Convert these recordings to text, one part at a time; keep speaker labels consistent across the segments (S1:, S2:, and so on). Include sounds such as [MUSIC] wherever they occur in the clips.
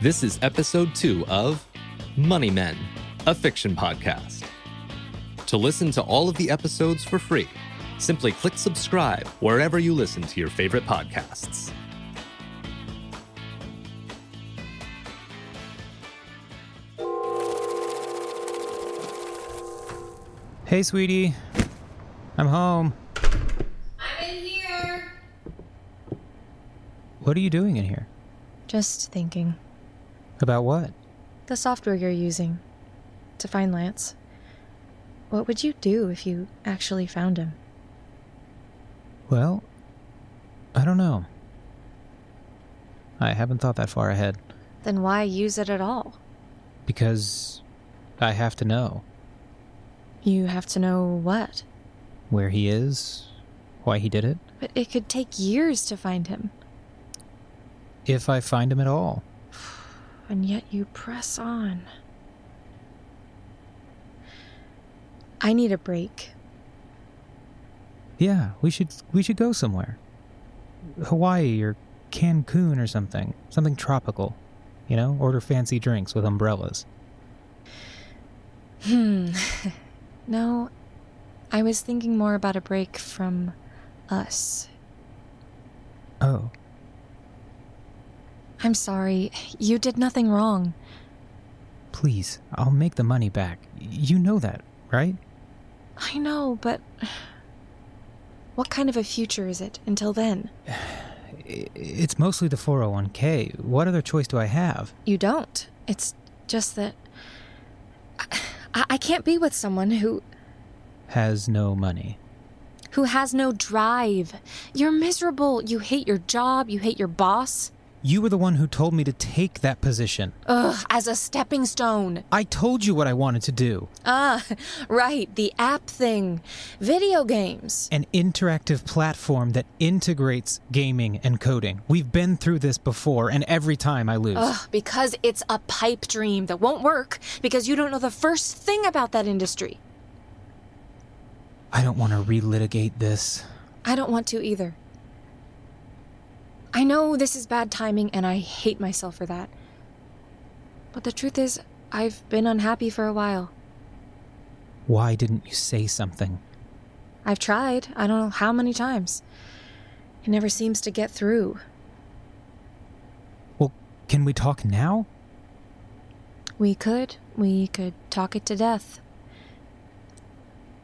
S1: This is episode two of Money Men, a fiction podcast. To listen to all of the episodes for free, simply click subscribe wherever you listen to your favorite podcasts.
S2: Hey, sweetie. I'm home.
S3: I'm in here.
S2: What are you doing in here?
S3: Just thinking.
S2: About what?
S3: The software you're using to find Lance. What would you do if you actually found him?
S2: Well, I don't know. I haven't thought that far ahead
S3: Then why use it at all?
S2: because I have to know
S3: You have to know what.
S2: where he is, why he did it,
S3: But it could take years to find him.
S2: if I find him at all.
S3: And yet you press on. I need a break.
S2: Yeah, we should we should go somewhere. Hawaii or Cancun or something. Something tropical. You know, order fancy drinks with umbrellas.
S3: Hmm. [LAUGHS] no, I was thinking more about a break from us.
S2: Oh,
S3: I'm sorry. You did nothing wrong.
S2: please, I'll make the money back. You know that, right?
S3: I know, but [SIGHS] what kind of a future is it until then?
S2: I- It's mostly the 401k. What other choice do I have?
S3: You don't. It's just that [SIGHS] I, I can't be with someone who
S2: Has no money.
S3: who has no drive. You're miserable. You hate your job. You hate your boss.
S2: You were the one who told me to take that position.
S3: Ugh, as a stepping stone.
S2: I told you what I wanted to do
S3: Ah, right, the app thing. Video games.
S2: an interactive platform that integrates gaming and coding. We've been through this before, and every time I lose.
S3: Ugh, because it's a pipe dream that won't work because you don't know the first thing about that industry.
S2: I don't want to relitigate this.
S3: I don't want to either. I know this is bad timing and I hate myself for that. But the truth is, I've been unhappy for a while.
S2: Why didn't you say something?
S3: I've tried, I don't know how many times. It never seems to get through.
S2: Well, can we talk now?
S3: We could, we could talk it to death.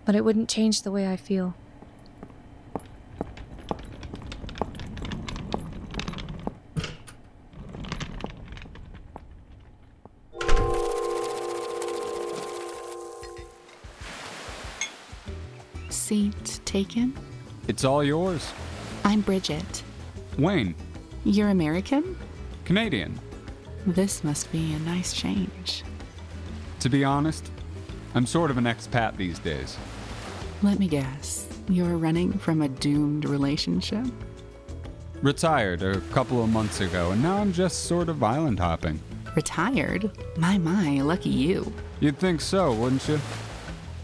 S3: But it wouldn't change the way I feel.
S4: Seat taken?
S5: It's all yours.
S4: I'm Bridget.
S5: Wayne,
S4: You're American?
S5: Canadian.
S4: This must be a nice change.
S5: To be honest, I'm sort of an expat these days.
S4: Let me guess, you're running from a doomed relationship?
S5: Retired a couple of months ago, and now I'm just sort of island hopping.
S4: Retired? My, my, lucky you.
S5: You'd think so, wouldn't you?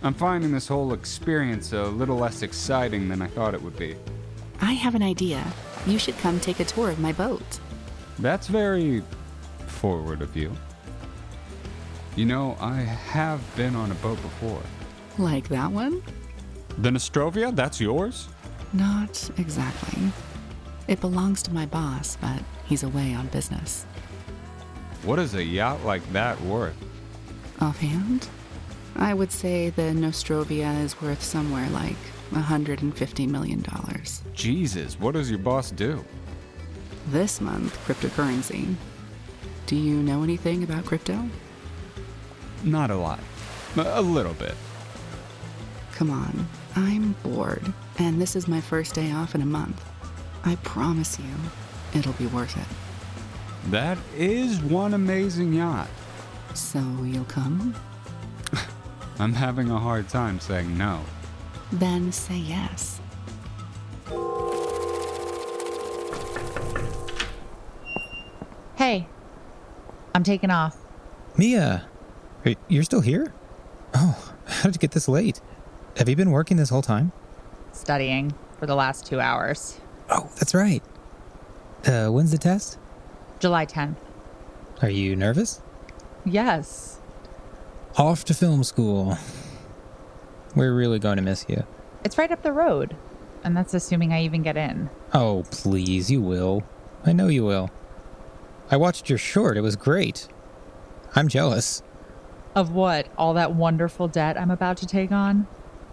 S5: I'm finding this whole experience a little less exciting than I thought it would be.
S4: I have an idea. You should come take a tour of my boat.
S5: That's very forward of you. You know, I have been on a boat before.
S4: Like that one?
S5: The Nostrovia? That's yours?
S4: Not exactly. It belongs to my boss, but he's away on business.
S5: What is a yacht like that worth?
S4: Offhand? I would say the Nostrovia is worth somewhere like $150 million.
S5: Jesus, what does your boss do?
S4: this month cryptocurrency. Do you know anything about crypto?
S5: Not a lot. A a little bit.
S4: Come on, I'm bored, and this is my first day off in a month. I promise you, it'll be worth it.
S5: That is one amazing yacht.
S4: So you'll come?
S5: I'm having a hard time saying no.
S4: Then say yes.
S6: Hey, I'm taking off.
S2: Mia, are- you're still here? Oh, [LAUGHS] how did you get this late? Have you been working this whole time?
S6: Studying for the last two hours.
S2: Oh, that's right. Uh, when's the test?
S6: July 10th.
S2: Are you nervous?
S6: Yes.
S2: Off to film school. We're really going to miss you.
S6: It's right up the road. And that's assuming I even get in.
S2: Oh, please, you will. I know you will. I watched your short. It was great. I'm jealous.
S6: Of what? All that wonderful debt I'm about to take on?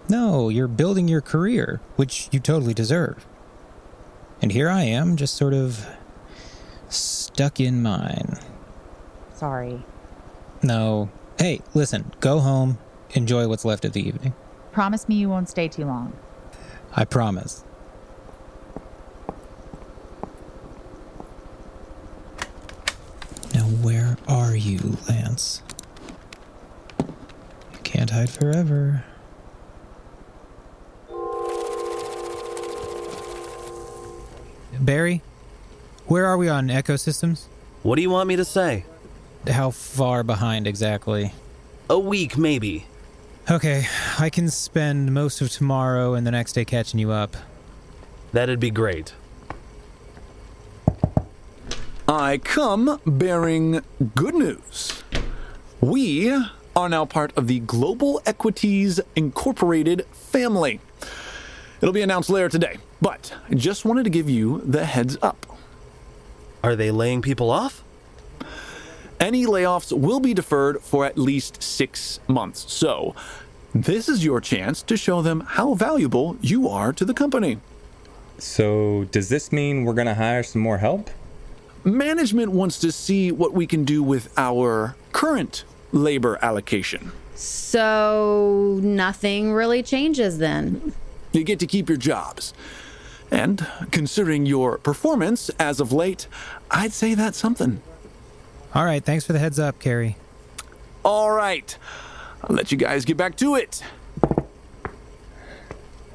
S2: No, you're building your career, which you totally deserve. And here I am, just sort of stuck in mine.
S6: Sorry.
S2: No. Hey, listen, go home, enjoy what's left of the evening.
S6: Promise me you won't stay too long.
S2: I promise. Now, where are you, Lance? You can't hide forever. Barry, where are we on ecosystems?
S7: What do you want me to say?
S2: How far behind exactly?
S7: A week, maybe.
S2: Okay, I can spend most of tomorrow and the next day catching you up.
S7: That'd be great.
S8: I come bearing good news. We are now part of the Global Equities Incorporated family. It'll be announced later today, but I just wanted to give you the heads up.
S7: Are they laying people off?
S8: Any layoffs will be deferred for at least six months, so this is your chance to show them how valuable you are to the company.
S1: So, does this mean we're going to hire some more help?
S8: Management wants to see what we can do with our current labor allocation.
S3: So nothing really changes then.
S8: You get to keep your jobs. And considering your performance as of late, I'd say that's something.
S2: All right, thanks for the heads up, Carrie.
S8: All right, I'll let you guys get back to it.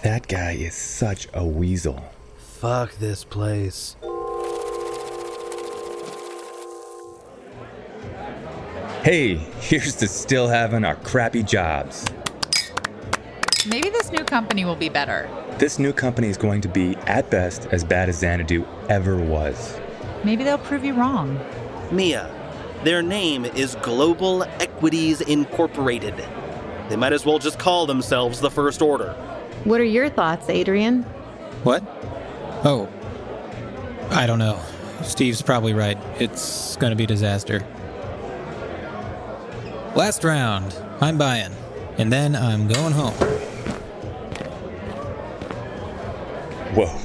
S1: That guy is such a weasel.
S7: Fuck this place.
S1: Hey, here's to still having our crappy jobs.
S6: Maybe this new company will be better.
S1: This new company is going to be, at best, as bad as Xanadu ever was.
S6: Maybe they'll prove you wrong.
S7: Mia, their name is Global Equities Incorporated. They might as well just call themselves the First Order.
S3: What are your thoughts, Adrian?
S2: What? Oh, I don't know. Steve's probably right. It's going to be a disaster. Last round. I'm buying. And then I'm going home.
S1: Whoa.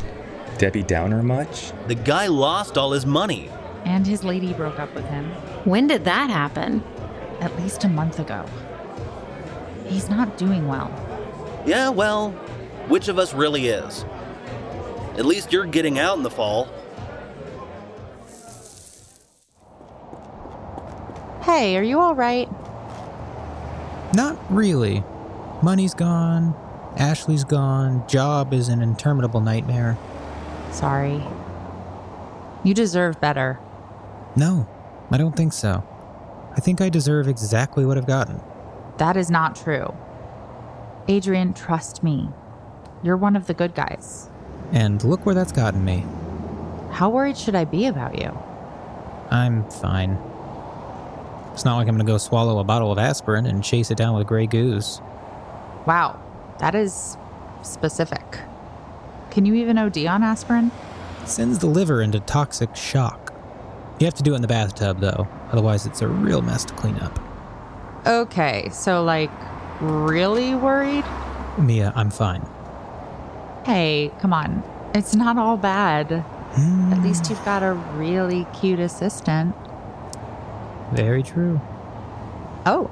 S1: Debbie Downer much?
S7: The guy lost all his money.
S6: And his lady broke up with him
S3: When did that happen?
S6: at least a month ago. He's not doing well.
S7: Yeah, well, which of us really is? At least you're getting out in the fall.
S6: Hey, are you all right?
S2: Not really. Money's gone. Ashley's gone. Job is an interminable nightmare.
S6: Sorry. You deserve better.
S2: No, I don't think so. I think I deserve exactly what I've gotten.
S6: That is not true. Adrian, trust me. You're one of the good guys.
S2: And look where that's gotten me.
S6: How worried should I be about you?
S2: I'm fine. It's not like I'm gonna go swallow a bottle of aspirin and chase it down with a gray goose.
S6: Wow, that is specific. Can you even OD on aspirin?
S2: sends the liver into toxic shock. You have to do it in the bathtub, though, otherwise, it's a real mess to clean up.
S6: Okay, so like, really worried?
S2: Mia, I'm fine.
S6: Hey, come on. It's not all bad.
S2: Hmm,
S6: At least you've got a really cute assistant.
S2: Very true.
S6: Oh.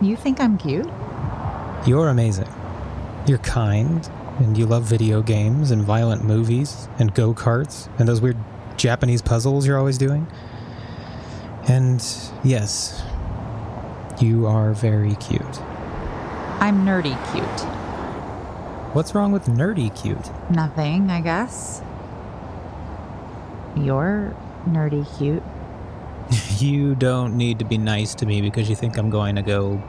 S6: You think I'm cute?
S2: You're amazing. You're kind, and you love video games and violent movies and go karts and those weird Japanese puzzles you're always doing. And yes, you are very cute.
S6: I'm nerdy cute.
S2: What's wrong with nerdy cute?
S6: Nothing, I guess. You're nerdy cute.
S2: You don't need to be nice to me because you think I'm going to go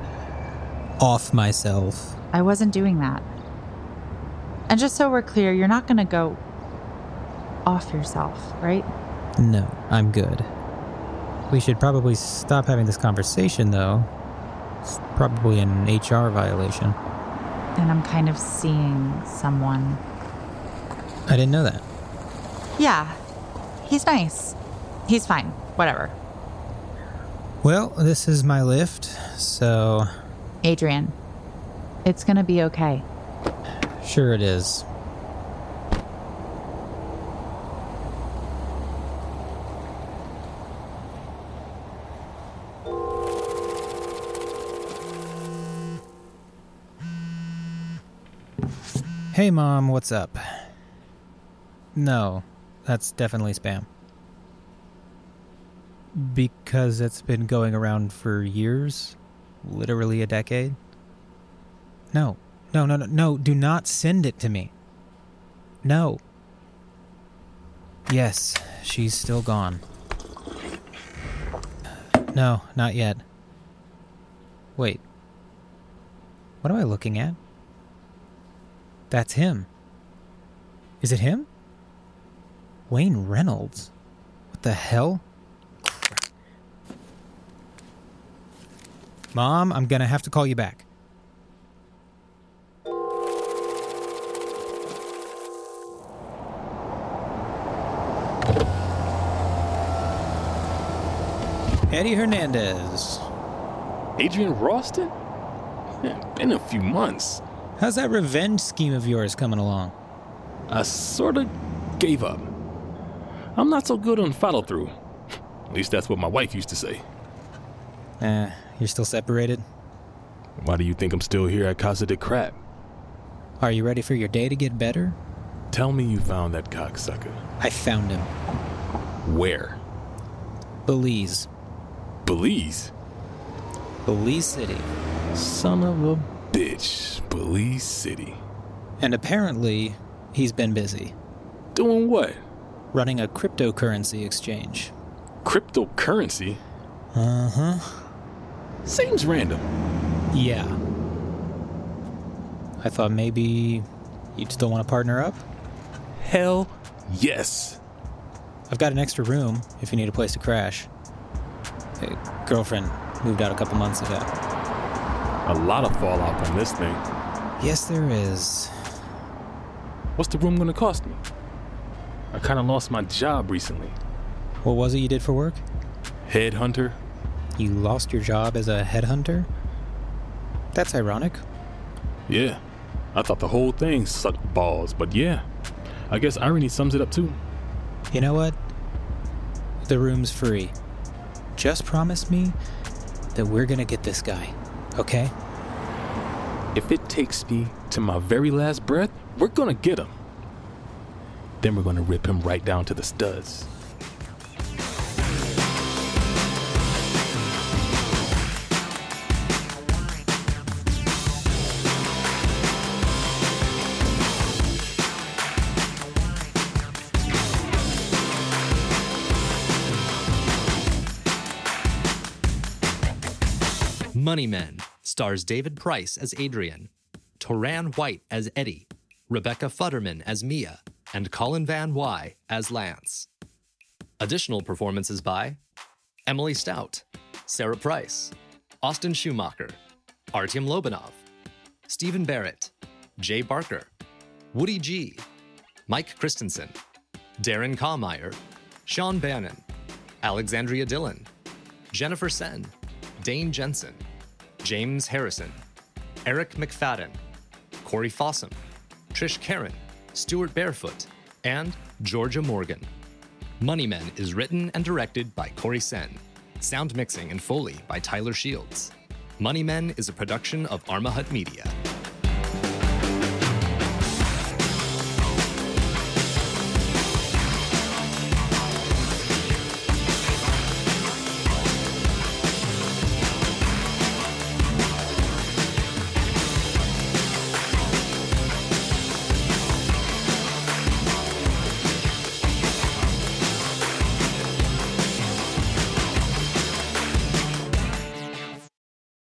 S2: off myself.
S6: I wasn't doing that. And just so we're clear, you're not gonna go off yourself, right?
S2: No, I'm good. We should probably stop having this conversation, though. It's probably an HR violation.
S6: And I'm kind of seeing someone.
S2: I didn't know that.
S6: Yeah, he's nice. He's fine. Whatever.
S2: Well, this is my lift, so
S6: Adrian, it's gonna be okay.
S2: sure it is. Hey, Mom, what's up? No, that's definitely spam. Because it's been going around for years, literally a decade. No, no, no, no, no, do not send it to me. No. Yes, she's still gone. No, not yet. Wait. What am I looking at? That's him. Is it him? Wayne Reynolds? What the hell? Mom, I'm gonna have to call you back. Eddie Hernandez.
S8: Adrian Ralston? Yeah, been a few months.
S2: How's that revenge scheme of yours coming along?
S8: I sort of gave up. I'm not so good on follow through. At least that's what my wife used to say.
S2: Eh, you're still separated?
S8: Why do you think I'm still here at Casa de Crap?
S2: Are you ready for your day to get better?
S8: Tell me you found that cocksucker.
S2: I found him.
S8: Where?
S2: Belize.
S8: Belize?
S2: Belize City.
S8: Son of a bitch. Belize City.
S2: And apparently, he's been busy
S8: Doing what?
S2: running a cryptocurrency exchange.
S8: Cryptocurrency?
S2: Uh huh.
S8: Seems random.
S2: Yeah. I thought maybe you'd still want to partner up.
S8: Hell yes.
S2: I've got an extra room if you need a place to crash. Hey, girlfriend moved out a couple months ago.
S8: A lot of fallout on this thing.
S2: Yes, there is.
S8: What's the room gonna cost me? I kinda lost my job recently.
S2: What was it you did for work?
S8: Headhunter?
S2: You lost your job as a headhunter? That's ironic.
S8: Yeah. I thought the whole thing sucked balls, but yeah. I guess irony sums it up too.
S2: You know what? The room's free. Just promise me that we're gonna get this guy, okay?
S8: If it takes me to my very last breath, we're gonna get him. Then we're gonna rip him right down to the studs.
S1: Money Men stars David Price as Adrian, Toran White as Eddie, Rebecca Futterman as Mia, and Colin Van Wy as Lance. Additional performances by Emily Stout, Sarah Price, Austin Schumacher, Artyom Lobanov, Stephen Barrett, Jay Barker, Woody G, Mike Christensen, Darren Kallmeyer, Sean Bannon, Alexandria Dillon, Jennifer Sen, Dane Jensen, James Harrison, Eric McFadden, Corey Fossum, Trish Karen, Stuart Barefoot, and Georgia Morgan. Money Men is written and directed by Corey Sen. Sound mixing and Foley by Tyler Shields. Money Men is a production of Arma Hut Media.